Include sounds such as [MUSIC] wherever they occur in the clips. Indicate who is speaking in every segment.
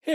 Speaker 1: Hey,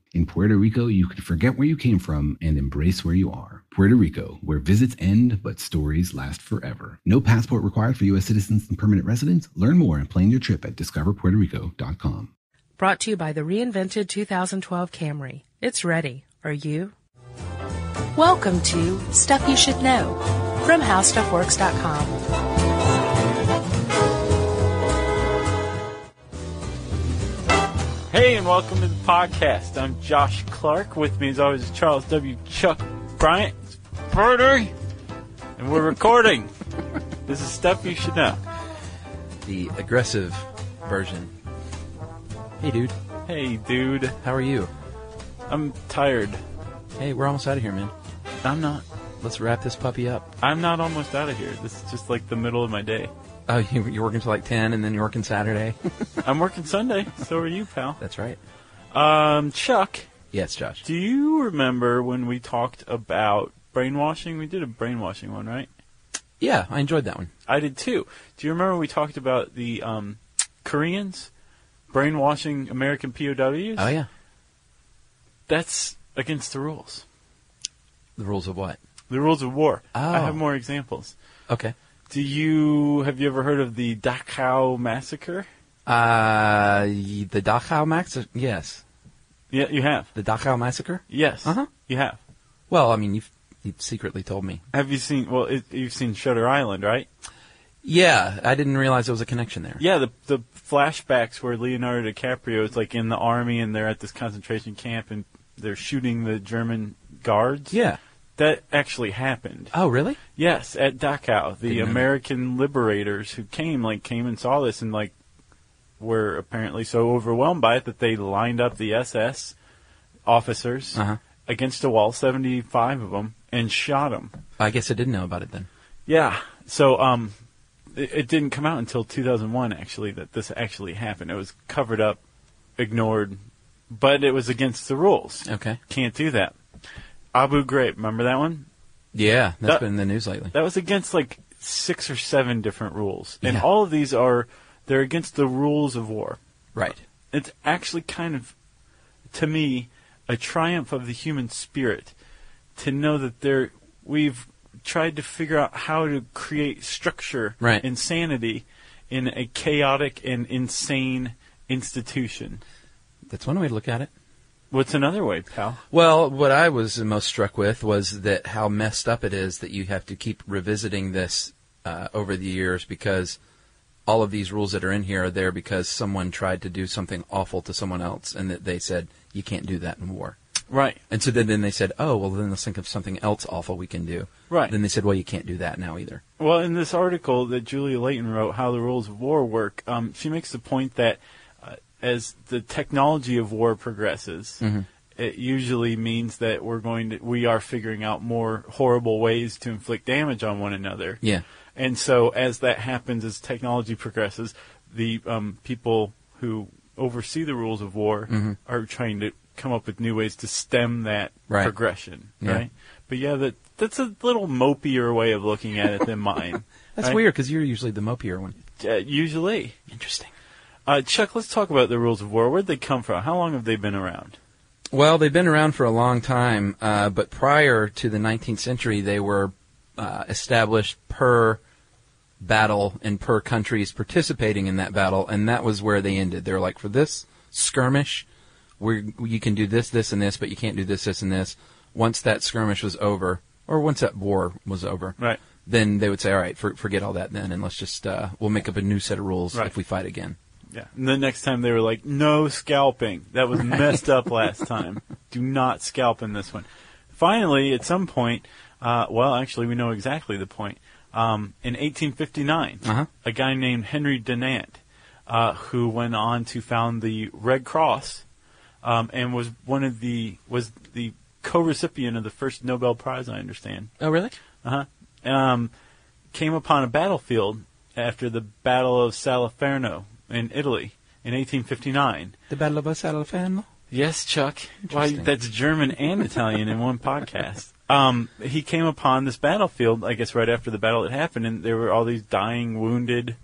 Speaker 2: In Puerto Rico, you can forget where you came from and embrace where you are. Puerto Rico, where visits end but stories last forever. No passport required for U.S. citizens and permanent residents. Learn more and plan your trip at discoverpuertorico.com.
Speaker 3: Brought to you by the reinvented 2012 Camry. It's ready. Are you? Welcome to Stuff You Should Know from HowStuffWorks.com.
Speaker 1: Hey, and welcome to the podcast. I'm Josh Clark. With me, as always, is Charles W. Chuck Bryant Porter, and we're recording. this is stuff you should know.
Speaker 4: the aggressive version. Hey, dude,
Speaker 1: Hey, dude,
Speaker 4: how are you?
Speaker 1: I'm tired.
Speaker 4: Hey, we're almost out of here, man.
Speaker 1: I'm not.
Speaker 4: Let's wrap this puppy up.
Speaker 1: I'm not almost out of here. This is just like the middle of my day.
Speaker 4: Oh, [LAUGHS] you, you're working till like 10 and then you're working Saturday? [LAUGHS]
Speaker 1: I'm working Sunday. So are you, pal.
Speaker 4: That's right.
Speaker 1: Um, Chuck,
Speaker 4: Yes, Josh.
Speaker 1: do you remember when we talked about brainwashing? We did a brainwashing one, right?
Speaker 4: Yeah, I enjoyed that one.
Speaker 1: I did too. Do you remember we talked about the um, Koreans brainwashing American POWs?
Speaker 4: Oh, yeah.
Speaker 1: That's against the rules.
Speaker 4: The rules of what?
Speaker 1: The rules of war. I
Speaker 4: Oh.
Speaker 1: have more examples.
Speaker 4: Okay.
Speaker 1: Do you have you ever heard of the Dachau massacre?
Speaker 4: Uh, y- the Dachau massacre? Yes.
Speaker 1: Yeah, you have.
Speaker 4: The Dachau massacre?
Speaker 1: Yes,
Speaker 4: Uh-huh.
Speaker 1: you have.
Speaker 4: Well, I mean, you've, you've secretly told me.
Speaker 1: Have you seen? Well, it, you've seen Shutter Island, right?
Speaker 4: Yeah, I didn't realize there was a connection there.
Speaker 1: Yeah, the the flashbacks where Leonardo DiCaprio is like in the army and they're at this concentration camp and they're shooting the German guards.
Speaker 4: Yeah.
Speaker 1: that actually happened.
Speaker 4: Oh, really?
Speaker 1: Yes, at Dachau, the
Speaker 4: Didn't know that.
Speaker 1: American liberators who came, like, came and saw this and, like, were apparently so overwhelmed by it that they lined up the SS officers
Speaker 4: Uh-huh.
Speaker 1: against a wall, 75 of them, and shot them.
Speaker 4: I guess I didn't know about it then.
Speaker 1: Yeah. So, um, it, it didn't come out until 2001, actually, that this actually happened. It was covered up, ignored, but it was against the rules.
Speaker 4: Okay.
Speaker 1: Can't do that. Abu Ghraib, remember that one?
Speaker 4: Yeah, that's
Speaker 1: That-
Speaker 4: been in the news lately.
Speaker 1: That was against like six or seven different rules, and
Speaker 4: Yeah.
Speaker 1: all of these are they're against the rules of war.
Speaker 4: Right.
Speaker 1: It's actually kind of, to me, a triumph of the human spirit to know that there we've tried to figure out how to create structure,
Speaker 4: Right.
Speaker 1: and sanity in a chaotic and insane institution.
Speaker 4: That's one way to look at it.
Speaker 1: What's another way, pal?
Speaker 4: Well, what I was most struck with was that how messed up it is that you have to keep revisiting this uh, over the years because all of these rules that are in here are there because someone tried to do something awful to someone else and that they said you can't do that in war.
Speaker 1: Right.
Speaker 4: And so then, then they said, oh, well, then let's think of something else awful we can do.
Speaker 1: Right.
Speaker 4: Then they said, well, you can't do that now either.
Speaker 1: Well, in this article that Julia Leighton wrote, How the Rules of War Work, um, she makes the point that uh, as the technology of war progresses, it usually means that we're going to, we are figuring out more horrible ways to inflict damage on one another.
Speaker 4: Yeah.
Speaker 1: And so, as that happens, as technology progresses, the um, people who oversee the rules of war
Speaker 4: Mm-hmm.
Speaker 1: are trying to come up with new ways to stem that
Speaker 4: Right.
Speaker 1: progression,
Speaker 4: Yeah.
Speaker 1: right? But yeah, that that's a little mopier way of looking at
Speaker 4: [LAUGHS]
Speaker 1: it than mine.
Speaker 4: That's
Speaker 1: Right?
Speaker 4: weird because you're usually the mopier one.
Speaker 1: Uh, usually,
Speaker 4: Interesting.
Speaker 1: uh, Chuck. Let's talk about the rules of war. Where'd they come from? How long have they been around?
Speaker 4: Well, they've been around for a long time, uh, but prior to the 19th century, they were uh, established per battle and per countries participating in that battle, and that was where they ended. They were like, for this skirmish, where you can do this, this, and this, but you can't do this, this, and this. Once that skirmish was over, or once that war was over,
Speaker 1: Right.
Speaker 4: then they would say, all right, for, forget all that then, and let's just, uh, we'll make up a new set of rules
Speaker 1: Right.
Speaker 4: if we fight again.
Speaker 1: Yeah. And the next time they were like, no scalping. That was messed up last time. Do not scalp in this one. Finally, at some point, uh, well, actually, we know exactly the point. Um, in 1859,
Speaker 4: Uh-huh.
Speaker 1: a guy named Henry Dunant, uh, who went on to found the Red Cross, um, and was one of the was the co-recipient of the first Nobel Prize, I understand
Speaker 4: Oh, really?
Speaker 1: um, came upon a battlefield after the Battle of Salaferno in Italy in 1859.
Speaker 4: The Battle of Osalofano?
Speaker 1: Yes, Chuck. Why,
Speaker 4: Interesting.
Speaker 1: that's German and Italian in one podcast. Um, he came upon this battlefield, I guess, right after the battle had happened, and there were all these dying, wounded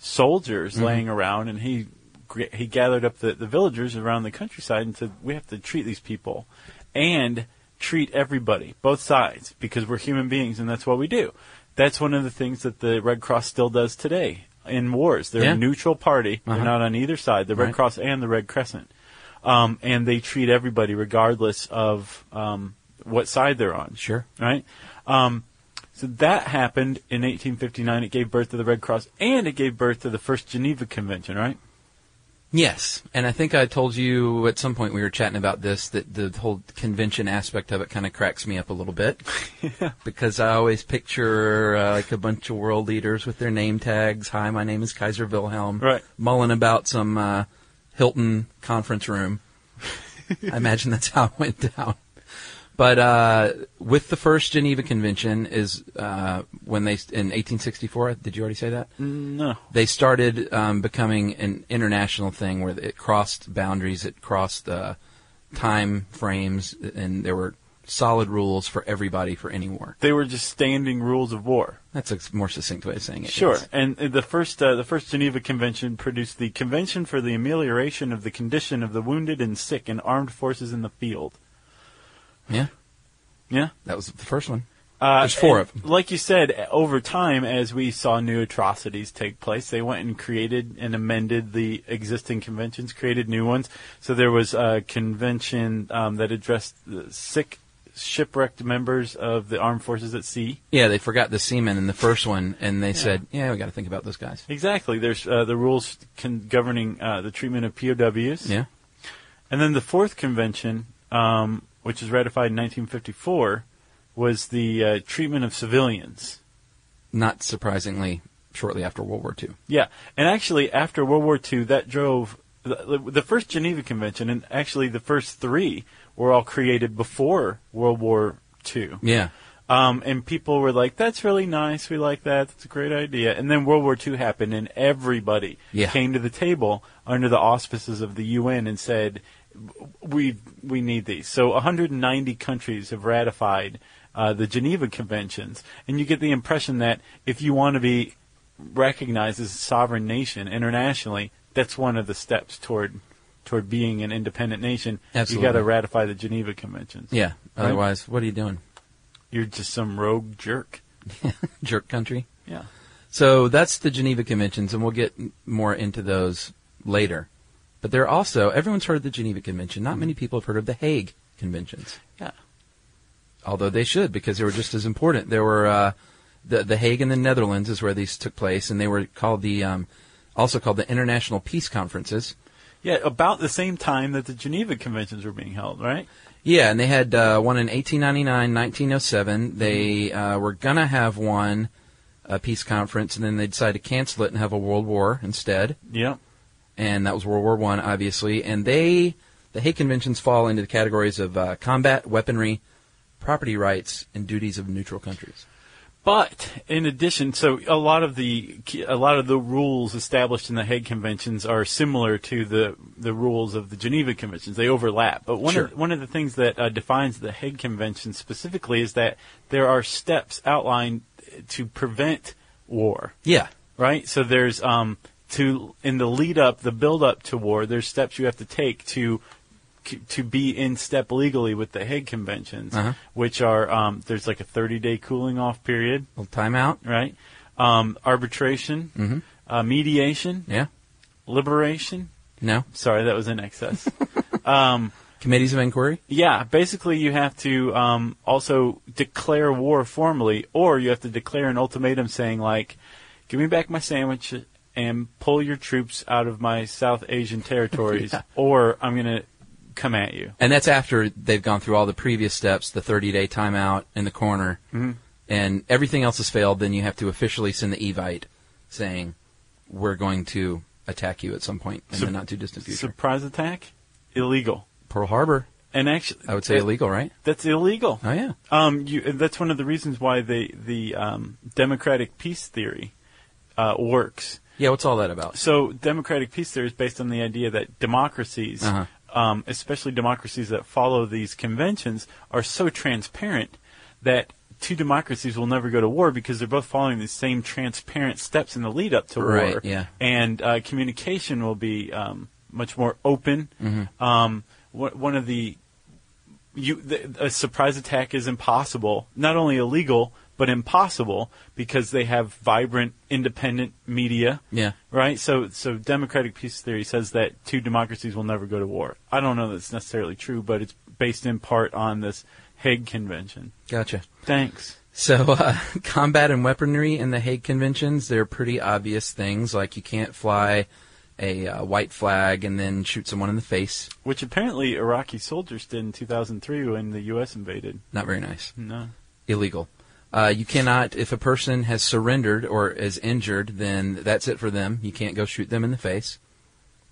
Speaker 1: soldiers
Speaker 4: Mm-hmm.
Speaker 1: laying around, and he gr- he gathered up the, the villagers around the countryside and said, "We have to treat these people, and treat everybody, both sides, because we're human beings, and that's what we do." That's one of the things that the Red Cross still does today in wars. They're
Speaker 4: Yeah.
Speaker 1: a neutral party.
Speaker 4: Uh-huh.
Speaker 1: They're not on either side. The Red
Speaker 4: Right.
Speaker 1: Cross and the Red Crescent um, and they treat everybody regardless of um, what side they're on.
Speaker 4: Sure.
Speaker 1: Right. Um, so that happened in 1859. It gave birth to the Red Cross, and it gave birth to the first Geneva Convention. Right.
Speaker 4: Yes, and I think I told you at some point we were chatting about this that the whole convention aspect of it kind of cracks me up a little bit because I always picture uh, like a bunch of world leaders with their name tags. Hi, my name is Kaiser Wilhelm.
Speaker 1: Right.
Speaker 4: mulling about some uh, Hilton conference room. I imagine that's how it went down. But uh, with the first Geneva Convention is uh, when they in 1864. Did you already say that?
Speaker 1: No.
Speaker 4: they started um, becoming an international thing where it crossed boundaries, it crossed uh, time frames, and there were solid rules for everybody for any war.
Speaker 1: They were just standing rules of war.
Speaker 4: That's a more succinct way of saying it.
Speaker 1: Sure,
Speaker 4: yes.
Speaker 1: and uh, the first uh, the first Geneva Convention produced the Convention for the Amelioration of the Condition of the Wounded and Sick and Armed Forces in the Field.
Speaker 4: Yeah,
Speaker 1: Yeah,
Speaker 4: that was the first one.
Speaker 1: Uh,
Speaker 4: There's four
Speaker 1: and
Speaker 4: of 'em.
Speaker 1: Like you said, over time, as we saw new atrocities take place, they went and created and amended the existing conventions, created new ones. So there was a convention um, that addressed the sick, shipwrecked members of the armed forces at sea.
Speaker 4: Yeah, they forgot the seamen in the first one, and they said, "Yeah, we got to think about those guys."
Speaker 1: Exactly. There's uh, the rules con- governing uh, the treatment of POWs.
Speaker 4: Yeah,
Speaker 1: And then the fourth convention, um, which was ratified in 1954, was the uh, treatment of civilians.
Speaker 4: not surprisingly, shortly after World War II.
Speaker 1: Yeah, and actually, after World War II, that drove the, the first Geneva Convention, and actually the first three were all created before World War II.
Speaker 4: Yeah,
Speaker 1: Um, and people were like, "That's really nice. We like that. That's a great idea." And then World War II happened, and everybody
Speaker 4: Yeah.
Speaker 1: came to the table under the auspices of the UN and said, "We we need these." So 190 countries have ratified uh, the Geneva Conventions, and you get the impression that if you want to be recognized as a sovereign nation internationally, that's one of the steps toward toward being an independent nation.
Speaker 4: Absolutely.
Speaker 1: You got to ratify the Geneva Conventions.
Speaker 4: yeah. Otherwise, what are you doing,
Speaker 1: You're just some rogue jerk.
Speaker 4: jerk country?
Speaker 1: Yeah.
Speaker 4: So that's the Geneva Conventions, and we'll get m- more into those later. But there are also, everyone's heard of the Geneva Convention. Not many people have heard of the Hague Conventions.
Speaker 1: Yeah.
Speaker 4: Although they should, because they were just as important. There were, uh, the, the Hague in the Netherlands is where these took place, and they were called the, um, also called the International Peace Conferences.
Speaker 1: Yeah, about the same time that the Geneva Conventions were being held, right?
Speaker 4: Yeah, and they had uh, one in 1899, 1907. They uh, were going to have one, a peace conference, and then they decided to cancel it and have a world war instead.
Speaker 1: Yep.
Speaker 4: and that was World War One, obviously. And they, the Hague Conventions, fall into the categories of uh, combat, weaponry, property rights, and duties of neutral countries.
Speaker 1: But in addition, so a lot of the a lot of the rules established in the Hague Conventions are similar to the the rules of the Geneva Conventions. They overlap. But one
Speaker 4: Sure.
Speaker 1: of, one of the things that uh, defines the Hague Convention specifically is that there are steps outlined to prevent war.
Speaker 4: Yeah,
Speaker 1: right? So there's um to in the lead up, the build up to war. There's steps you have to take to to be in step legally with the Hague Conventions,
Speaker 4: Uh-huh.
Speaker 1: which are um, there's like a 30 day cooling off period,
Speaker 4: little timeout.
Speaker 1: right? Um, arbitration, uh, mediation,
Speaker 4: Yeah,
Speaker 1: liberation.
Speaker 4: no,
Speaker 1: Sorry, that was in excess. Um,
Speaker 4: Committees of inquiry?
Speaker 1: yeah, basically you have to um, also declare war formally, or you have to declare an ultimatum saying like, "Give me back my sandwich and pull your troops out of my South Asian
Speaker 4: [LAUGHS]
Speaker 1: territories, or I'm gonna come at you."
Speaker 4: And that's after they've gone through all the previous steps, the 30 day timeout in the corner, and everything else has failed, then you have to officially send the Evite saying, we're going to attack you at some point in
Speaker 1: Sup-
Speaker 4: the not too distant future.
Speaker 1: Surprise attack, illegal,
Speaker 4: Pearl Harbor,
Speaker 1: and actually,
Speaker 4: I would say
Speaker 1: that-
Speaker 4: illegal, right?
Speaker 1: That's illegal.
Speaker 4: Oh, yeah.
Speaker 1: Um, you, and that's one of the reasons why the the um, democratic peace theory uh, works.
Speaker 4: Yeah, what's all that about?
Speaker 1: So, democratic peace theory is based on the idea that democracies,
Speaker 4: Uh-huh.
Speaker 1: um, especially democracies that follow these conventions, are so transparent that two democracies will never go to war because they're both following the same transparent steps in the lead up to
Speaker 4: Right,
Speaker 1: war.
Speaker 4: yeah.
Speaker 1: And uh, communication will be um, much more open.
Speaker 4: Mm-hmm.
Speaker 1: Um, wh- one of the you th- a surprise attack is impossible, not only illegal but impossible because they have vibrant, independent media.
Speaker 4: Yeah.
Speaker 1: Right. So, so democratic peace theory says that two democracies will never go to war. I don't know that it's necessarily true, but it's based in part on this Hague Convention.
Speaker 4: Gotcha.
Speaker 1: Thanks.
Speaker 4: So, [LAUGHS] uh, combat and weaponry in the Hague Conventions, they're pretty obvious things, like you can't fly a uh, white flag and then shoot someone in the face.
Speaker 1: Which apparently Iraqi soldiers did in 2003 when the U.S. invaded.
Speaker 4: Not very nice.
Speaker 1: No.
Speaker 4: Illegal. Uh, you cannot, if a person has surrendered or is injured, then that's it for them. You can't go shoot them in the face.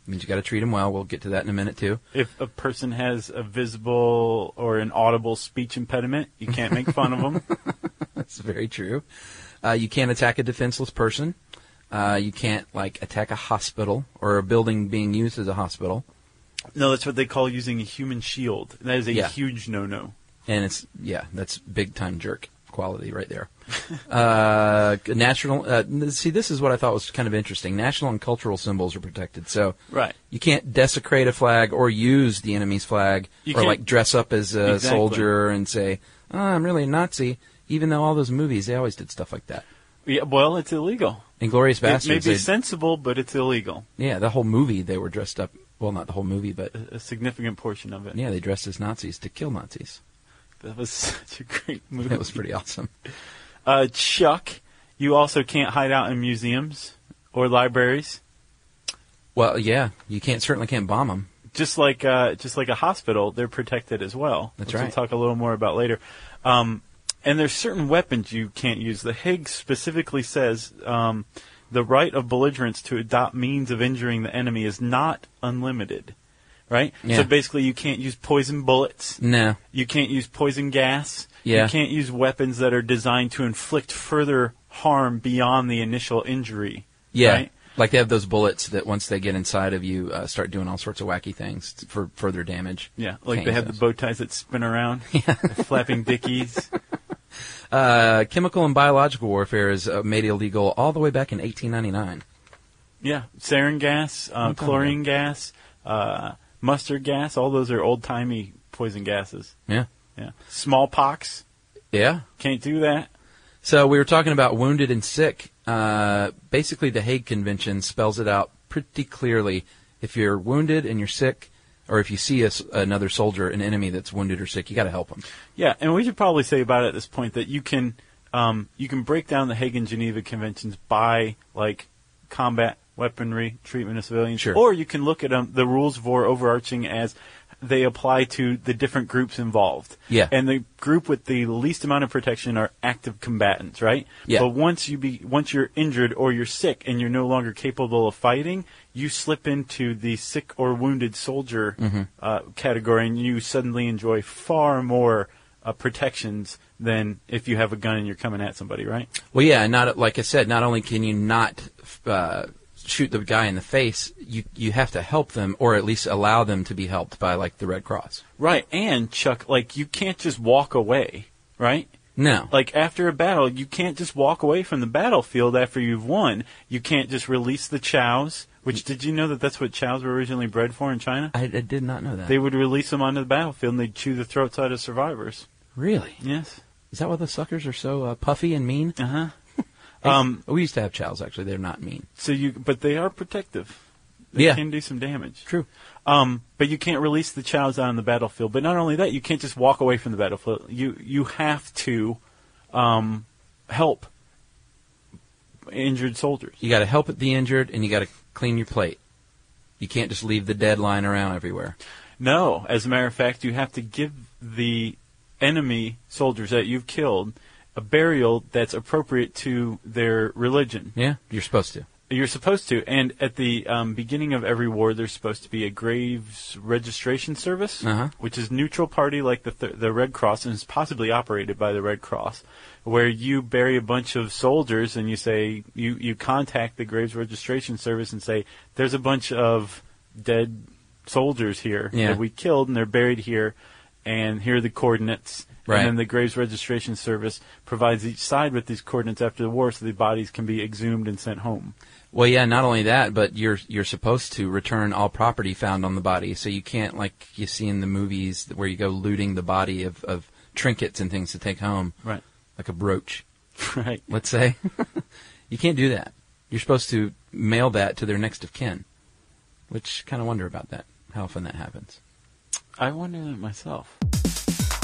Speaker 4: means you got to treat them well. We'll get to that in a minute, too. [LAUGHS]
Speaker 1: If a person has a visible or an audible speech impediment, you can't make fun of them. [LAUGHS]
Speaker 4: That's very true. Uh, you can't attack a defenseless person. Uh, you can't, like, attack a hospital or a building being used as a hospital.
Speaker 1: No, that's what they call using a human shield. That is a
Speaker 4: Yeah.
Speaker 1: huge no-no.
Speaker 4: And it's yeah, that's big time jerk quality right there. uh, national. Uh, n- see, this is what I thought was kind of interesting. National and cultural symbols are protected, so
Speaker 1: Right.
Speaker 4: you can't desecrate a flag or use the enemy's flag,
Speaker 1: You
Speaker 4: or
Speaker 1: can't-
Speaker 4: like dress up as a
Speaker 1: Exactly.
Speaker 4: soldier and say, oh, "I'm really a Nazi," even though all those movies they always did stuff like that.
Speaker 1: Yeah, well, it's illegal.
Speaker 4: Inglorious
Speaker 1: it may
Speaker 4: Bastards.
Speaker 1: be sensible, but it's illegal.
Speaker 4: yeah, the whole movie they were dressed up. Well, not the whole movie, but
Speaker 1: A, a significant portion of it.
Speaker 4: yeah, they dressed as Nazis to kill Nazis.
Speaker 1: That was [LAUGHS] such a great movie.
Speaker 4: That was pretty awesome.
Speaker 1: Uh, Chuck, you also can't hide out in museums or libraries,
Speaker 4: Well, yeah, you can't certainly can't bomb them.
Speaker 1: just like uh, just like a hospital. They're protected as well.
Speaker 4: That's
Speaker 1: which
Speaker 4: right.
Speaker 1: We'll talk a little more about later. Um, and there's certain weapons you can't use. The Hague specifically says um, the right of belligerents to adopt means of injuring the enemy is not unlimited. Right.
Speaker 4: Yeah.
Speaker 1: So basically, you can't use poison bullets.
Speaker 4: No,
Speaker 1: You can't use poison gas.
Speaker 4: Yeah.
Speaker 1: You can't use weapons that are designed to inflict further harm beyond the initial injury.
Speaker 4: Yeah.
Speaker 1: Right?
Speaker 4: Like they have those bullets that once they get inside of you, uh, start doing all sorts of wacky things t- for further damage.
Speaker 1: Yeah.
Speaker 4: Can't
Speaker 1: Like they
Speaker 4: use
Speaker 1: have the
Speaker 4: those.
Speaker 1: bow ties that spin around, the flapping dickies.
Speaker 4: Uh, chemical and biological warfare is uh, made illegal all the way back in 1899.
Speaker 1: Yeah. Sarin gas, uh,
Speaker 4: Long time
Speaker 1: chlorine gas, uh, mustard gas. All those are old timey poison gases.
Speaker 4: Yeah.
Speaker 1: Yeah. Smallpox.
Speaker 4: Yeah.
Speaker 1: Can't do that.
Speaker 4: So we were talking about wounded and sick. Uh, basically, the Hague Convention spells it out pretty clearly. If you're wounded and you're sick, or if you see a s another soldier, an enemy that's wounded or sick, you got to help them.
Speaker 1: Yeah, and we should probably say about it at this point that you can um, you can break down the Hague and Geneva conventions by like combat weaponry, treatment of civilians,
Speaker 4: Sure.
Speaker 1: or you can look at um, the rules of war overarching as they apply to the different groups involved.
Speaker 4: Yeah.
Speaker 1: and the group with the least amount of protection are active combatants, right?
Speaker 4: Yeah.
Speaker 1: But once you be once you're injured or you're sick and you're no longer capable of fighting, you slip into the sick or wounded soldier uh, category, and you suddenly enjoy far more uh, protections than if you have a gun and you're coming at somebody, right?
Speaker 4: Well, yeah, and not like I said, not only can you not uh, shoot the guy in the face, you you have to help them, or at least allow them to be helped by like the Red Cross.
Speaker 1: Right. And Chuck, like you can't just walk away, right?
Speaker 4: No,
Speaker 1: Like after a battle, you can't just walk away from the battlefield after you've won. You can't just release the chows. Which did you know that that's what chows were originally bred for in China?
Speaker 4: I, I did not know that.
Speaker 1: They would release them onto the battlefield and they'd chew the throats out of survivors.
Speaker 4: really?
Speaker 1: Yes.
Speaker 4: Is that why those suckers are so uh, puffy and mean?
Speaker 1: Uh huh.
Speaker 4: Hey,
Speaker 1: Um,
Speaker 4: we used to have chows. Actually, they're not mean.
Speaker 1: So you, but they are protective. They
Speaker 4: Yeah.
Speaker 1: can do some damage.
Speaker 4: True.
Speaker 1: Um, but you can't release the chows out on the battlefield. But not only that, you can't just walk away from the battlefield. You you have to um, help injured soldiers.
Speaker 4: You got to help the injured, and you got to clean your plate. You can't just leave the dead lying around everywhere.
Speaker 1: No, as a matter of fact, you have to give the enemy soldiers that you've killed a burial that's appropriate to their religion.
Speaker 4: Yeah, you're supposed to.
Speaker 1: You're supposed to, and at the um, beginning of every war, there's supposed to be a graves registration service,
Speaker 4: Uh-huh.
Speaker 1: which is neutral party like the th- the Red Cross, and is possibly operated by the Red Cross, where you bury a bunch of soldiers and you say you you contact the graves registration service and say there's a bunch of dead soldiers here
Speaker 4: Yeah.
Speaker 1: that we killed and they're buried here, and here are the coordinates.
Speaker 4: Right.
Speaker 1: And then the Graves Registration Service provides each side with these coordinates after the war so the bodies can be exhumed and sent home.
Speaker 4: Well, yeah, not only that, but you're you're supposed to return all property found on the body, so you can't like you see in the movies where you go looting the body of, of trinkets and things to take home,
Speaker 1: Right. [LAUGHS]
Speaker 4: like a brooch,
Speaker 1: Right.
Speaker 4: let's say. [LAUGHS] you can't do that. You're supposed to mail that to their next of kin, which kind of wonder about that. How often that happens?
Speaker 1: I wonder that myself.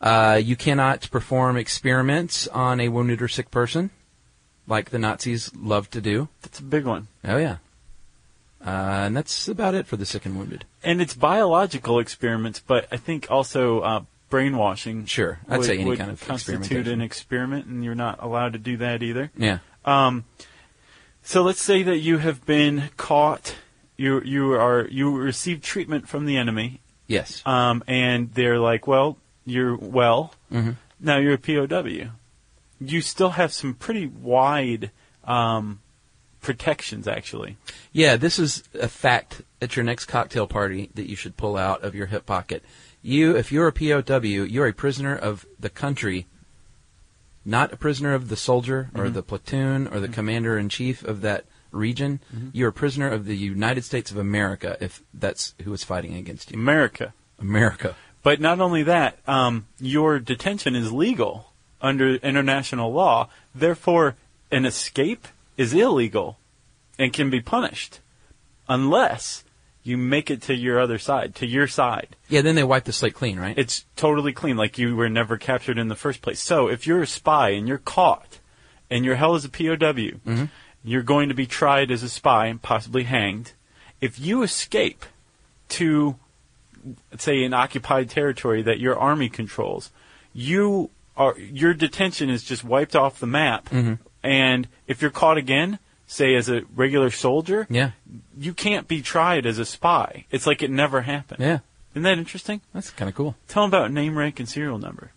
Speaker 4: Uh, you cannot perform experiments on a wounded or sick person, like the Nazis loved to do.
Speaker 1: That's a big one.
Speaker 4: Oh yeah, uh, and that's about it for the sick and wounded.
Speaker 1: And it's biological experiments, but I think also uh, brainwashing.
Speaker 4: Sure. I'd
Speaker 1: would,
Speaker 4: say any
Speaker 1: would
Speaker 4: kind of
Speaker 1: constitute
Speaker 4: experimentation.
Speaker 1: an experiment, and you're not allowed to do that either.
Speaker 4: Yeah.
Speaker 1: Um, so let's say that you have been caught. You you are you received treatment from the enemy,
Speaker 4: Yes.
Speaker 1: um, and they're like, "Well, you're well.
Speaker 4: Mhm.
Speaker 1: Now you're a POW." You still have some pretty wide um, protections, actually.
Speaker 4: Yeah, this is a fact at your next cocktail party that you should pull out of your hip pocket. You, if you're a POW, you're a prisoner of the country, not a prisoner of the soldier or the platoon or the commander in chief of that region. You're a prisoner of the United States of America if that's who is fighting against you.
Speaker 1: America.
Speaker 4: America.
Speaker 1: But not only that, um, your detention is legal under international law. Therefore, an escape is illegal and can be punished unless you make it to your other side, to your side.
Speaker 4: Yeah, then they wipe the slate clean, right?
Speaker 1: It's totally clean, like you were never captured in the first place. So if you're a spy and you're caught and you're held as a POW, you're going to be tried as a spy and possibly hanged. If you escape to, say, an occupied territory that your army controls, you are your detention is just wiped off the map And if you're caught again, say as a regular soldier,
Speaker 4: Yeah.
Speaker 1: you can't be tried as a spy. It's like it never happened.
Speaker 4: Yeah.
Speaker 1: Isn't that interesting?
Speaker 4: That's kind of cool.
Speaker 1: Tell them about name, rank, and serial number.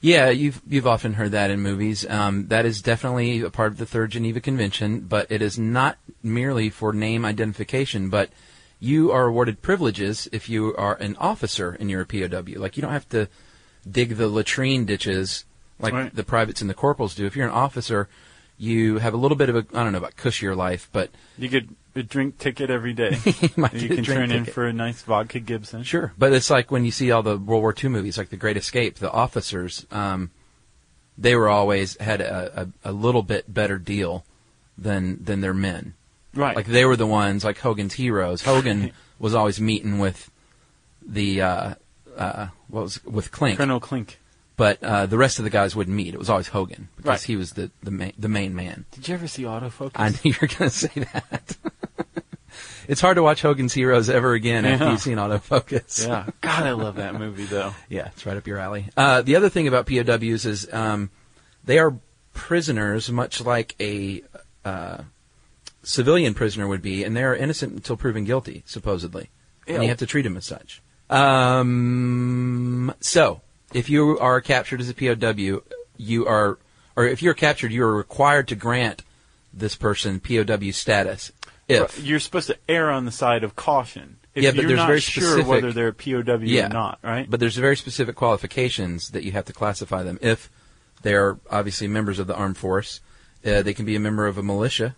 Speaker 4: Yeah, you've you've often heard that in movies. Um, that is definitely a part of the Third Geneva Convention, but it is not merely for name identification. But you are awarded privileges if you are an officer and you're a POW. Like you don't have to dig the latrine ditches like
Speaker 1: Right.
Speaker 4: the privates and the corporals do. If you're an officer, you have a little bit of a I don't know about cushier life, but [LAUGHS]
Speaker 1: You get a drink ticket every day.
Speaker 4: Might
Speaker 1: you
Speaker 4: get a
Speaker 1: can
Speaker 4: drink
Speaker 1: turn in
Speaker 4: ticket.
Speaker 1: for a nice vodka Gibson.
Speaker 4: Sure, but it's like when you see all the World War II movies, like The Great Escape, the officers, um, they were always had a, a, a little bit better deal than than their men.
Speaker 1: Right.
Speaker 4: Like they were the ones, like Hogan's heroes. Hogan [LAUGHS] was always meeting with the uh, uh, what was with Clink,
Speaker 1: Colonel Clink.
Speaker 4: but uh, the rest of the guys wouldn't meet. It was always Hogan because
Speaker 1: Right.
Speaker 4: he was the the, ma- the main man.
Speaker 1: Did you ever see Autofocus?
Speaker 4: I knew you were going to say that. [LAUGHS] it's hard to watch Hogan's heroes ever again after
Speaker 1: Yeah.
Speaker 4: you've seen autofocus.
Speaker 1: [LAUGHS] yeah. God, I love that movie though.
Speaker 4: Yeah, it's right up your alley. Uh, the other thing about POWs is um, they are prisoners, much like a uh, civilian prisoner would be, and they are innocent until proven guilty, supposedly. And
Speaker 1: Ew.
Speaker 4: you have to treat them as such. Um, so, if you are captured as a POW, you are, or if you're captured, you are required to grant this person POW status. If
Speaker 1: Right. you're supposed to err on the side of caution. If
Speaker 4: Yeah, but
Speaker 1: you're
Speaker 4: there's
Speaker 1: not
Speaker 4: very
Speaker 1: sure
Speaker 4: specific-
Speaker 1: whether they're a POW
Speaker 4: Yeah.
Speaker 1: or not, right?
Speaker 4: But there's very specific qualifications that you have to classify them. If they're obviously members of the armed force, uh, they can be a member of a militia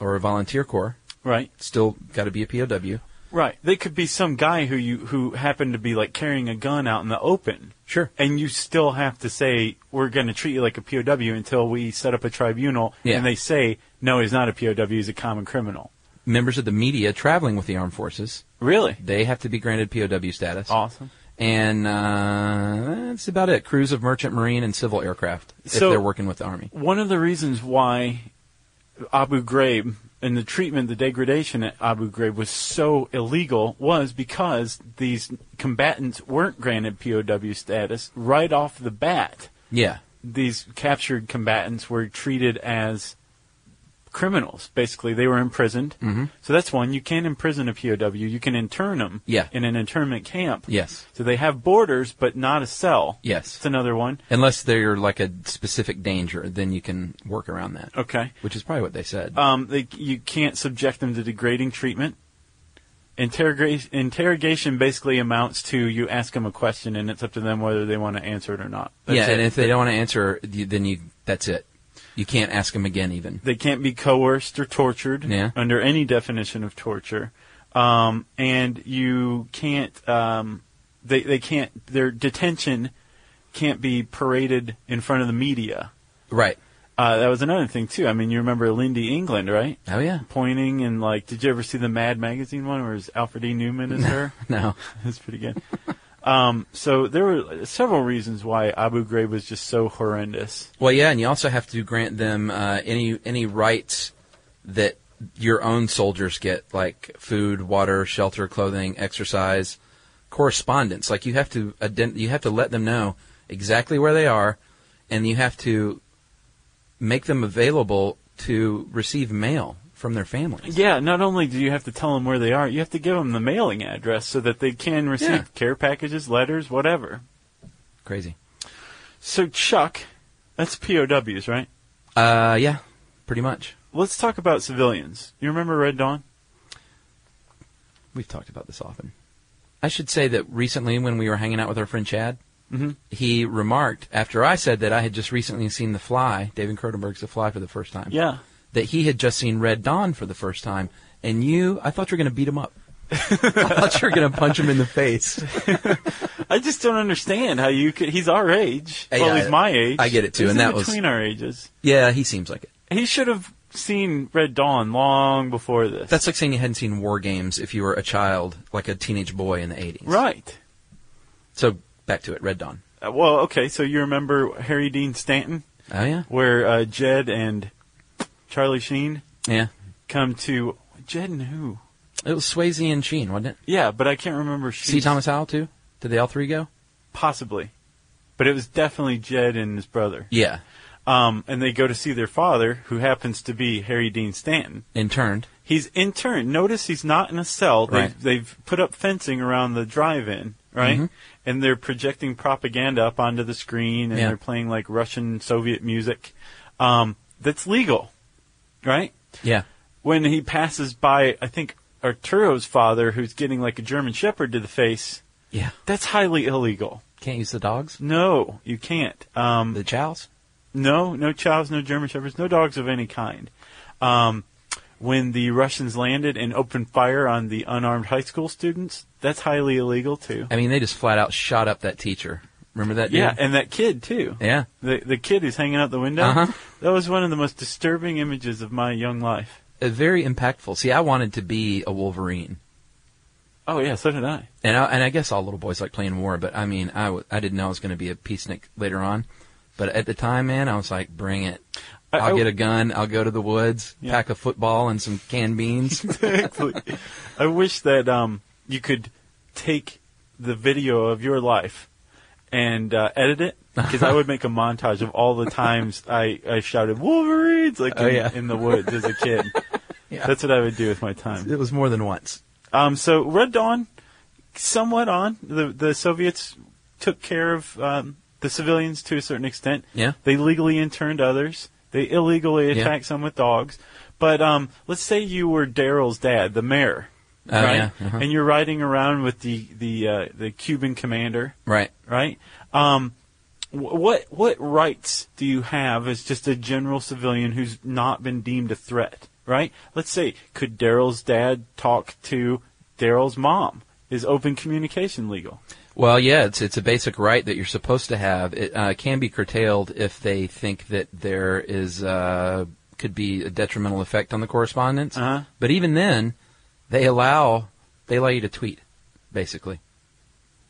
Speaker 4: or a volunteer corps.
Speaker 1: right.
Speaker 4: Still got to be a POW.
Speaker 1: Right. They could be some guy who you who happened to be like carrying a gun out in the open.
Speaker 4: Sure.
Speaker 1: And you still have to say we're going to treat you like a POW until we set up a tribunal
Speaker 4: Yeah.
Speaker 1: and they say no, he's not a POW, he's a common criminal.
Speaker 4: Members of the media traveling with the armed forces,
Speaker 1: Really?
Speaker 4: they have to be granted POW status.
Speaker 1: Awesome.
Speaker 4: And uh, that's about it. Crews of merchant marine and civil aircraft if
Speaker 1: So-
Speaker 4: they're working with the army.
Speaker 1: One of the reasons why Abu Ghraib and the treatment, the degradation at Abu Ghraib was so illegal was because these combatants weren't granted POW status right off the bat.
Speaker 4: Yeah.
Speaker 1: these captured combatants were treated as criminals. Basically, they were imprisoned. Mm-hmm. So that's one. You can imprison a POW. You can intern them
Speaker 4: Yeah.
Speaker 1: in an internment camp.
Speaker 4: Yes.
Speaker 1: So they have borders, but not a cell.
Speaker 4: Yes.
Speaker 1: That's another one.
Speaker 4: Unless they're like a specific danger, then you can work around that.
Speaker 1: Okay.
Speaker 4: Which is probably what they said.
Speaker 1: Um, they, you can't subject them to degrading treatment. Interrogation, interrogation basically amounts to you ask them a question and it's up to them whether they want to answer it or not. That's
Speaker 4: yeah,
Speaker 1: it.
Speaker 4: and if they don't want to answer, you- then you that's it. You can't ask them again, even.
Speaker 1: They can't be coerced or tortured
Speaker 4: Yeah.
Speaker 1: under any definition of torture. Um, and you can't, um, they, they can't, their detention can't be paraded in front of the media.
Speaker 4: Right.
Speaker 1: Uh, that was another thing too. I mean, you remember Lindy England, right?
Speaker 4: Oh yeah. [LAUGHS]
Speaker 1: Pointing and like, did you ever see the Mad Magazine one where it's Alfred E. Newman [LAUGHS] as her?
Speaker 4: No.
Speaker 1: That's pretty good. um, so there were several reasons why Abu Ghraib was just so horrendous.
Speaker 4: Well, yeah, and you also have to grant them uh, any any rights that your own soldiers get, like food, water, shelter, clothing, exercise, correspondence. Like you have to ident- you have to let them know exactly where they are, and you have to make them available to receive mail from their families.
Speaker 1: Yeah, not only do you have to tell them where they are, you have to give them the mailing address so that they can receive
Speaker 4: Yeah.
Speaker 1: care packages, letters, whatever.
Speaker 4: Crazy.
Speaker 1: So, Chuck, that's POWs, right?
Speaker 4: Uh, yeah, pretty much.
Speaker 1: Let's talk about civilians. You remember Red Dawn?
Speaker 4: We've talked about this often. I should say that recently, when we were hanging out with our friend Chad,
Speaker 1: Mhm.
Speaker 4: he remarked after I said that I had just recently seen The Fly, David Cronenberg's The Fly, for the first time.
Speaker 1: Yeah.
Speaker 4: That he had just seen Red Dawn for the first time, and you, I thought you were going to beat him [LAUGHS] up. I thought you were going to punch him in the [LAUGHS] face.
Speaker 1: I just don't understand how you could. He's our age.
Speaker 4: Yeah,
Speaker 1: well, he's
Speaker 4: I-
Speaker 1: my age.
Speaker 4: I get it, too,
Speaker 1: He's
Speaker 4: and
Speaker 1: in
Speaker 4: that was-
Speaker 1: between our ages.
Speaker 4: Yeah, he seems like it.
Speaker 1: He should have seen Red Dawn long before this.
Speaker 4: That's like saying you hadn't seen War Games if you were a child, like a teenage boy in the 80s.
Speaker 1: right.
Speaker 4: So back to it, Red Dawn.
Speaker 1: Uh, well, okay. So you remember Harry Dean Stanton,
Speaker 4: Oh, yeah?
Speaker 1: where uh, Jed and Charlie Sheen
Speaker 4: Yeah.
Speaker 1: come to Jed and who?
Speaker 4: It was Swayze and Sheen, wasn't it?
Speaker 1: Yeah, but I can't remember. if
Speaker 4: See
Speaker 1: she's-
Speaker 4: Thomas Howell, too? Did they all three go?
Speaker 1: Possibly. But it was definitely Jed and his brother.
Speaker 4: Yeah.
Speaker 1: Um, and they go to see their father, who happens to be Harry Dean Stanton.
Speaker 4: Interned.
Speaker 1: He's interned. Notice he's not in a cell. They've,
Speaker 4: Right.
Speaker 1: they've put up fencing around the drive-in, right? And they're projecting propaganda up onto the screen, and
Speaker 4: Mm-hmm. Yeah.
Speaker 1: they're playing like Russian Soviet music. Um, that's legal, right?
Speaker 4: Yeah.
Speaker 1: When he passes by, I think Arturo's father, who's getting like a German Shepherd to the face,
Speaker 4: Yeah.
Speaker 1: that's highly illegal.
Speaker 4: Can't use the dogs.
Speaker 1: No, you can't. Um,
Speaker 4: The chows.
Speaker 1: no, no chows, no German shepherds, no dogs of any kind. Um, when the Russians landed and opened fire on the unarmed high school students, that's highly illegal too.
Speaker 4: I mean, they just flat out shot up that teacher. Remember that? dude?
Speaker 1: Yeah, and that kid too.
Speaker 4: Yeah.
Speaker 1: The the kid who's hanging out the window.
Speaker 4: Uh-huh.
Speaker 1: That was one of the most disturbing images of my young life.
Speaker 4: Uh, very impactful. See, I wanted to be a Wolverine.
Speaker 1: Oh yeah, so did I.
Speaker 4: And I, and I guess all little boys like playing war, but I mean, I, w- I didn't know I was going to be a peacenik later on. But at the time, man, I was like, bring it.
Speaker 1: I-
Speaker 4: I'll
Speaker 1: I-
Speaker 4: get a gun. I'll go to the woods,
Speaker 1: Yeah.
Speaker 4: pack a football and some canned
Speaker 1: [LAUGHS]
Speaker 4: beans.
Speaker 1: exactly. I wish that um, you could take the video of your life and uh, edit it because I would make a montage of all the times I, I shouted Wolverines like
Speaker 4: Oh,
Speaker 1: in,
Speaker 4: yeah.
Speaker 1: in the woods as a kid.
Speaker 4: Yeah.
Speaker 1: That's what I would do with my time.
Speaker 4: it was more than once.
Speaker 1: Um, so Red Dawn, somewhat on the the Soviets took care of um, the civilians to a certain extent.
Speaker 4: Yeah.
Speaker 1: They legally interned others. They illegally
Speaker 4: Yeah.
Speaker 1: attacked some with dogs. But um, let's say you were Daryl's dad, the mayor,
Speaker 4: Oh,
Speaker 1: right?
Speaker 4: yeah. Uh-huh.
Speaker 1: And you're riding around with the the uh, the Cuban commander,
Speaker 4: Right.
Speaker 1: right? Um, wh- what what rights do you have as just a general civilian who's not been deemed a threat, right? Let's say could Daryl's dad talk to Daryl's mom? Is open communication legal?
Speaker 4: Well, yeah, it's it's a basic right that you're supposed to have. It uh, can be curtailed if they think that there is uh, could be a detrimental effect on the correspondence.
Speaker 1: Uh-huh.
Speaker 4: But even then, they allow they allow you to tweet, basically.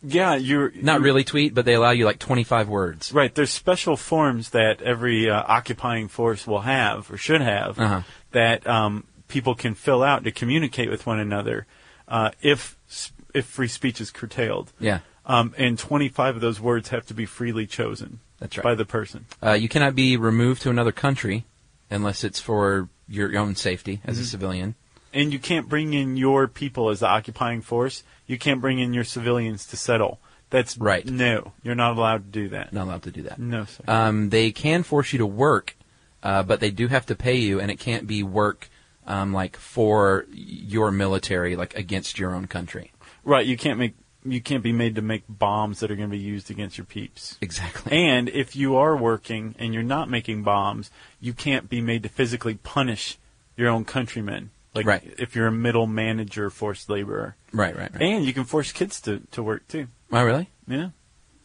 Speaker 1: Yeah, you're
Speaker 4: Not
Speaker 1: you-
Speaker 4: really tweet, but they allow you like 25 words.
Speaker 1: Right. There's special forms that every uh, occupying force will have or should have
Speaker 4: Uh-huh.
Speaker 1: that um, people can fill out to communicate with one another uh, if s- if free speech is curtailed.
Speaker 4: Yeah,
Speaker 1: Um, and 25 of those words have to be freely chosen
Speaker 4: that's right.
Speaker 1: by the person.
Speaker 4: Uh, you cannot be removed to another country unless it's for your own safety as
Speaker 1: Mm-hmm.
Speaker 4: a civilian.
Speaker 1: And you can't bring in your people as the occupying force. You can't bring in your civilians to settle. That's
Speaker 4: Right.
Speaker 1: No, you're not allowed to do that.
Speaker 4: Not allowed to do that.
Speaker 1: No, sir.
Speaker 4: Um, they can force you to work, uh, but they do have to pay you, and it can't be work um, like for your military, like against your own country.
Speaker 1: right. You can't make. You can't be made to make bombs that are going to be used against your peeps.
Speaker 4: Exactly.
Speaker 1: And if you are working and you're not making bombs, you can't be made to physically punish your own countrymen. Like
Speaker 4: Right.
Speaker 1: if you're a middle manager, forced laborer.
Speaker 4: right, right, right.
Speaker 1: And you can force kids to, to work too.
Speaker 4: oh, really?
Speaker 1: Yeah.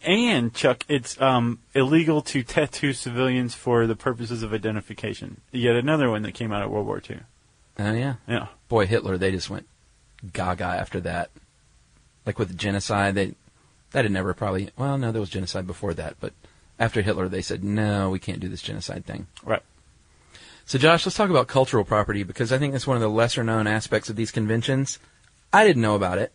Speaker 1: And Chuck, it's um, illegal to tattoo civilians for the purposes of identification. Yet another one that came out of World War II.
Speaker 4: Oh, yeah.
Speaker 1: Yeah.
Speaker 4: Boy, Hitler, they just went gaga after that. Like with genocide, they that had never probably. Well, no, there was genocide before that, but after Hitler, they said no, we can't do this genocide thing.
Speaker 1: Right.
Speaker 4: So, Josh, let's talk about cultural property because I think that's one of the lesser known aspects of these conventions. I didn't know about it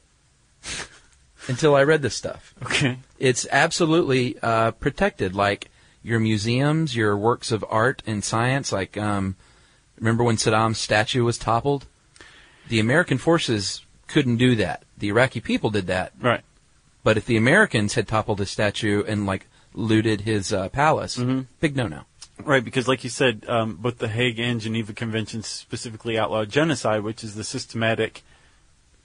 Speaker 4: [LAUGHS] until I read this stuff.
Speaker 1: Okay.
Speaker 4: It's absolutely uh, protected, like your museums, your works of art and science. Like, um, remember when Saddam's statue was toppled? The American forces couldn't do that. The Iraqi people did that.
Speaker 1: Right.
Speaker 4: But if the Americans had toppled his statue and like looted his uh, palace, big no-no.
Speaker 1: Right, because like you said, um, both the Hague and Geneva Conventions specifically outlawed genocide, which is the systematic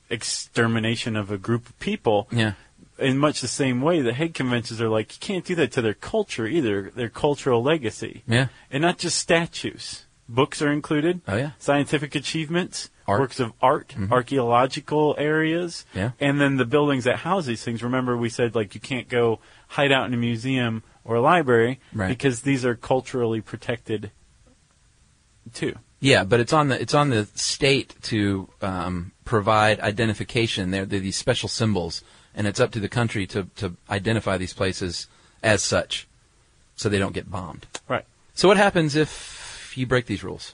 Speaker 1: extermination of a group of people.
Speaker 4: Yeah.
Speaker 1: In much the same way, the Hague Conventions are like, you can't do that to their culture either, their cultural legacy.
Speaker 4: Yeah.
Speaker 1: And not just statues. Books are included.
Speaker 4: Oh, yeah.
Speaker 1: Scientific achievements,
Speaker 4: Art. Mm-hmm.
Speaker 1: works of art, archaeological areas,
Speaker 4: Yeah.
Speaker 1: and then the buildings that house these things. Remember, we said like you can't go hide out in a museum or a library
Speaker 4: Right.
Speaker 1: because these are culturally protected too.
Speaker 4: Yeah, but it's on the it's on the state to um, provide identification. They're, they're these special symbols, and it's up to the country to to identify these places as such, so they don't get bombed.
Speaker 1: Right.
Speaker 4: So what happens if you break these rules?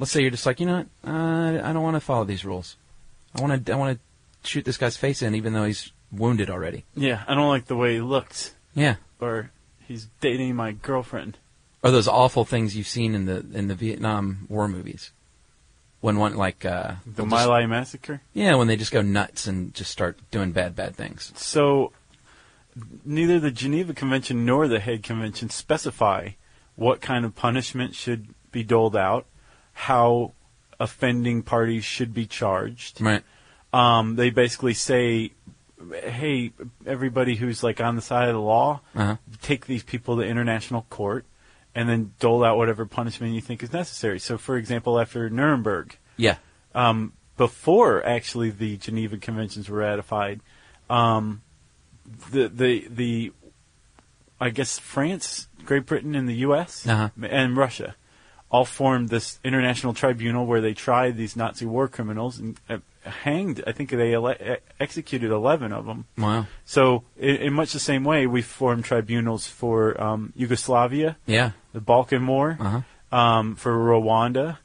Speaker 4: Let's say you're just like, you know, what? uh, I don't want to follow these rules. I want to, I want to shoot this guy's face in, even though he's wounded already.
Speaker 1: Yeah, I don't like the way he looked,
Speaker 4: Yeah.
Speaker 1: or he's dating my girlfriend.
Speaker 4: Or those awful things you've seen in the in the Vietnam War movies, when one like uh,
Speaker 1: The
Speaker 4: they'll
Speaker 1: My
Speaker 4: just-
Speaker 1: Lai Massacre.
Speaker 4: yeah, when they just go nuts and just start doing bad bad things.
Speaker 1: So, neither the Geneva Convention nor the Hague Convention specify what kind of punishment should be doled out, how offending parties should be charged.
Speaker 4: Right.
Speaker 1: Um, they basically say, hey, everybody who's like on the side of the law,
Speaker 4: Uh-huh.
Speaker 1: take these people to international court and then dole out whatever punishment you think is necessary. So, for example, after Nuremberg,
Speaker 4: Yeah.
Speaker 1: um, before actually the Geneva Conventions were ratified, um, the the the I guess France, Great Britain, and the U.S.
Speaker 4: Uh-huh.
Speaker 1: and Russia all formed this international tribunal where they tried these Nazi war criminals and uh, hanged. I think they ele- e- executed eleven of them.
Speaker 4: Wow.
Speaker 1: So, in, in much the same way, we formed tribunals for um, Yugoslavia,
Speaker 4: Yeah.
Speaker 1: the Balkan War,
Speaker 4: Uh-huh.
Speaker 1: um, for Rwanda.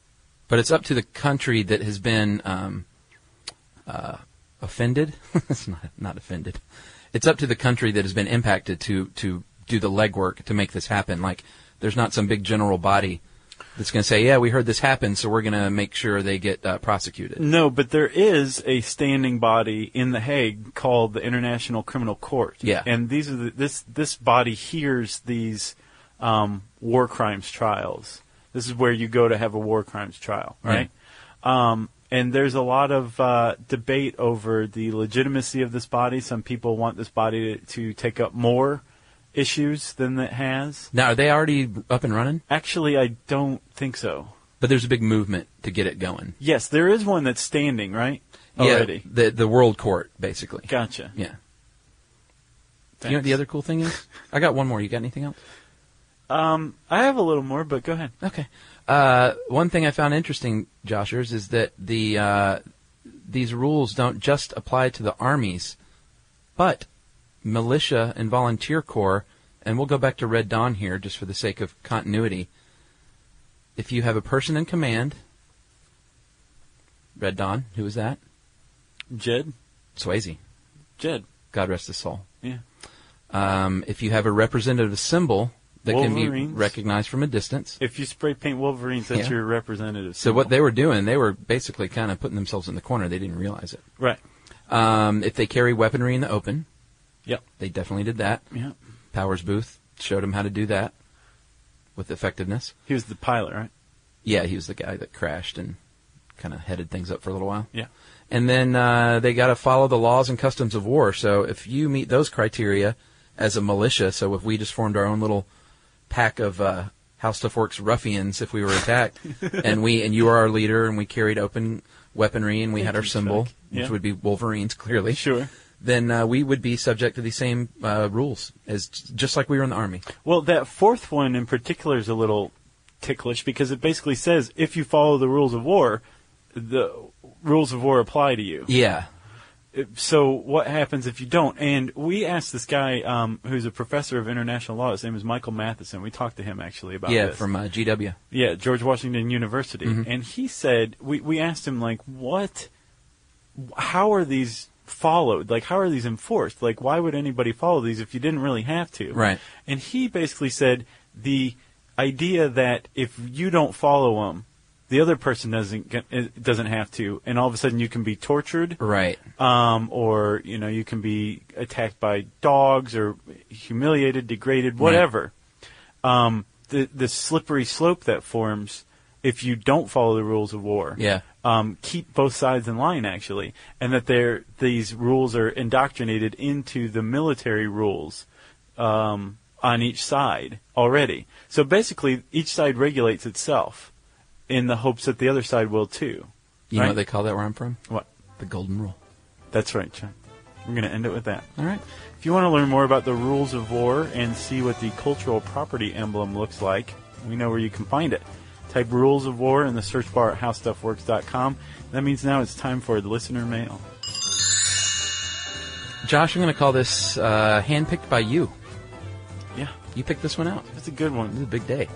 Speaker 4: But it's up to the country that has been um, uh, offended. [LAUGHS] it's not not offended. It's up to the country that has been impacted to to do the legwork to make this happen. Like there's not some big general body that's going to say, yeah, we heard this happen, so we're going to make sure they get uh, prosecuted.
Speaker 1: No, but there is a standing body in The Hague called the International Criminal Court.
Speaker 4: Yeah.
Speaker 1: and these are the, this this body hears these um, war crimes trials. This is where you go to have a war crimes trial, right? Um, and there's a lot of uh, debate over the legitimacy of this body. Some people want this body to, to take up more issues than it has.
Speaker 4: Now, are they already up and running?
Speaker 1: Actually, I don't think so.
Speaker 4: But there's a big movement to get it going.
Speaker 1: Yes, there is one that's standing, right? Already.
Speaker 4: Yeah, the the world court basically.
Speaker 1: Gotcha.
Speaker 4: Yeah. You know what the other cool thing is? I got one more. You got anything else?
Speaker 1: Um, I have a little more, but go ahead.
Speaker 4: Okay. Uh, one thing I found interesting, Joshers, is that the uh, these rules don't just apply to the armies, but militia and volunteer corps. And we'll go back to Red Dawn here, just for the sake of continuity. If you have a person in command, Red Dawn, who is that?
Speaker 1: Jed,
Speaker 4: Swayze.
Speaker 1: Jed,
Speaker 4: God rest his soul.
Speaker 1: Yeah.
Speaker 4: Um, if you have a representative symbol that can be
Speaker 1: Wolverines.
Speaker 4: recognized from a distance.
Speaker 1: if you spray paint Wolverines, that's
Speaker 4: Yeah.
Speaker 1: your representative.
Speaker 4: So what they were doing, they were basically kind of putting themselves in the corner. They didn't realize it.
Speaker 1: right?
Speaker 4: Um, if they carry weaponry in the open,
Speaker 1: Yep.
Speaker 4: they definitely did that.
Speaker 1: Yeah.
Speaker 4: Powers Booth showed them how to do that. with effectiveness.
Speaker 1: He was the pilot, right?
Speaker 4: Yeah, he was the guy that crashed and kind of headed things up for a little while.
Speaker 1: Yeah.
Speaker 4: And then uh, they got to follow the laws and customs of war. So if you meet those criteria as a militia, so if we just formed our own little pack of uh, How Stuff Works ruffians, if we were
Speaker 1: [LAUGHS]
Speaker 4: attacked, and we and you are our leader, and we carried open weaponry, and we had our symbol,
Speaker 1: Yeah.
Speaker 4: which would be Wolverines clearly.
Speaker 1: Sure.
Speaker 4: Then uh, we would be subject to the same uh, rules as just like we were in the army.
Speaker 1: Well, that fourth one in particular is a little ticklish because it basically says if you follow the rules of war, the rules of war apply to you.
Speaker 4: Yeah.
Speaker 1: So what happens if you don't? And we asked this guy um, who's a professor of international law. His name is Michael Matheson. We talked to him actually about
Speaker 4: Yeah,
Speaker 1: this.
Speaker 4: from uh, GW.
Speaker 1: Yeah, George Washington University. And he said, we, we asked him, like, what, how are these followed? Like, how are these enforced? Like, why would anybody follow these if you didn't really have to?
Speaker 4: Right.
Speaker 1: And he basically said the idea that if you don't follow them, the other person doesn't get, eh, doesn't have to, and all of a sudden you can be tortured,
Speaker 4: Right.
Speaker 1: um, or you know you can be attacked by dogs or humiliated, degraded, whatever. Um, the the slippery slope that forms if you don't follow the rules of war.
Speaker 4: Yeah.
Speaker 1: Um, keep both sides in line actually, and that they're, these rules are indoctrinated into the military rules um, on each side already. So basically, each side regulates itself in the hopes that the other side will too.
Speaker 4: You
Speaker 1: Right.
Speaker 4: know what they call that where I'm from?
Speaker 1: What?
Speaker 4: The Golden Rule.
Speaker 1: That's right, Chuck. We're going to end it with that.
Speaker 4: All right.
Speaker 1: If you want to learn more about the rules of war and see what the cultural property emblem looks like, we know where you can find it. Type rules of war in the search bar at howstuffworks.com. That means now it's time for the listener mail.
Speaker 4: Josh, I'm going to call this uh, handpicked by you.
Speaker 1: Yeah,
Speaker 4: You picked this one out.
Speaker 1: that's a good
Speaker 4: This is
Speaker 1: one.
Speaker 4: a big day.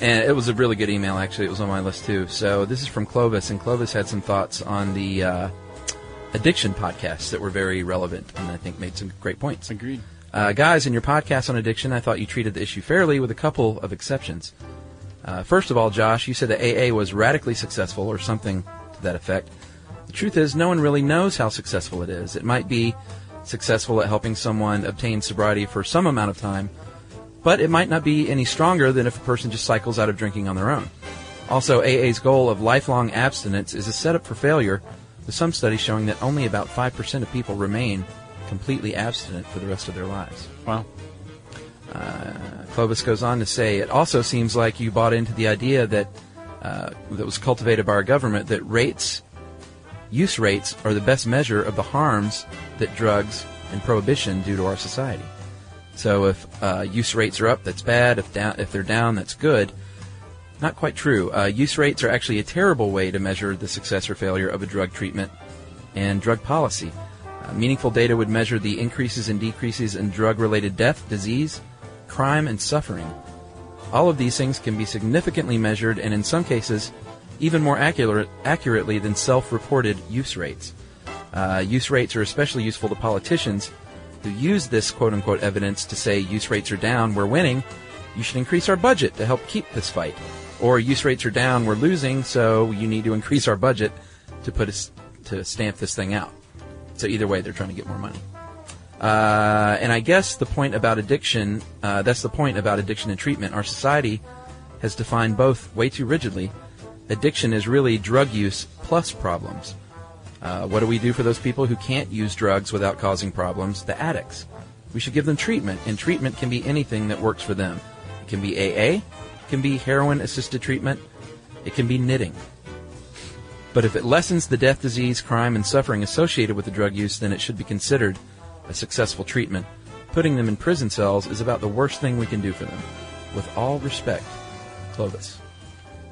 Speaker 4: And it was a really good email, actually. It was on my list, too. So this is from Clovis, and Clovis had some thoughts on the uh, addiction podcasts that were very relevant and I think made some great points.
Speaker 1: Agreed.
Speaker 4: Uh, guys, in your podcast on addiction, I thought you treated the issue fairly with a couple of exceptions. Uh, first of all, Josh, you said that AA was radically successful or something to that effect. The truth is, no one really knows how successful it is. It might be successful at helping someone obtain sobriety for some amount of time, but it might not be any stronger than if a person just cycles out of drinking on their own. Also, AA's goal of lifelong abstinence is a setup for failure, with some studies showing that only about 5% of people remain completely abstinent for the rest of their lives. Uh,
Speaker 1: Wow.
Speaker 4: Clovis goes on to say, it also seems like you bought into the idea that uh, that was cultivated by our government that rates, use rates, are the best measure of the harms that drugs and prohibition do to our society. So if uh, use rates are up, that's bad. If down, if they're down, that's good. Not quite true. Uh, use rates are actually a terrible way to measure the success or failure of a drug treatment and drug policy. Uh, meaningful data would measure the increases and decreases in drug related death, disease, crime, and suffering. All of these things can be significantly measured and, in some cases, even more accurate, accurately than self reported use rates. Uh, use rates are especially useful to politicians who use this quote unquote evidence to say use rates are down, we're winning, you should increase our budget to help keep this fight. Or use rates are down, we're losing, so you need to increase our budget to put us to stamp this thing out. So either way, they're trying to get more money. Uh, and I guess the point about addiction, uh, that's the point about addiction and treatment. Our society has defined both way too rigidly. Addiction is really drug use plus problems. Uh, what do we do for those people who can't use drugs without causing problems? The addicts. We should give them treatment, and treatment can be anything that works for them. It can be AA, it can be heroin assisted treatment, it can be knitting. But if it lessens the death, disease, crime, and suffering associated with the drug use, then it should be considered a successful treatment. Putting them in prison cells is about the worst thing we can do for them. With all respect, Clovis.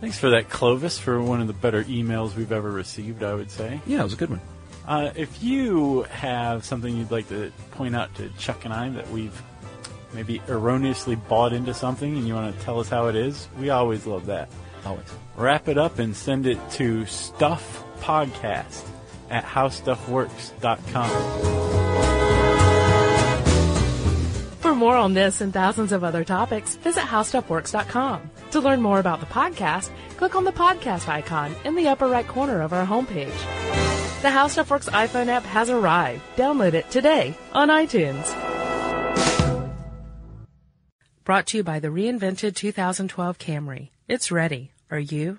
Speaker 1: Thanks for that, Clovis, for one of the better emails we've ever received, I would say.
Speaker 4: Yeah, it was a good one.
Speaker 1: Uh, if you have something you'd like to point out to Chuck and I that we've maybe erroneously bought into something and you want to tell us how it is, we always love that.
Speaker 4: Always.
Speaker 1: Wrap it up and send it to stuffpodcast at howstuffworks.com.
Speaker 3: For more on this and thousands of other topics, visit howstuffworks.com. To learn more about the podcast, click on the podcast icon in the upper right corner of our homepage. The How Stuff Works iPhone app has arrived. Download it today on iTunes. Brought to you by the reinvented 2012 Camry. It's ready. Are you?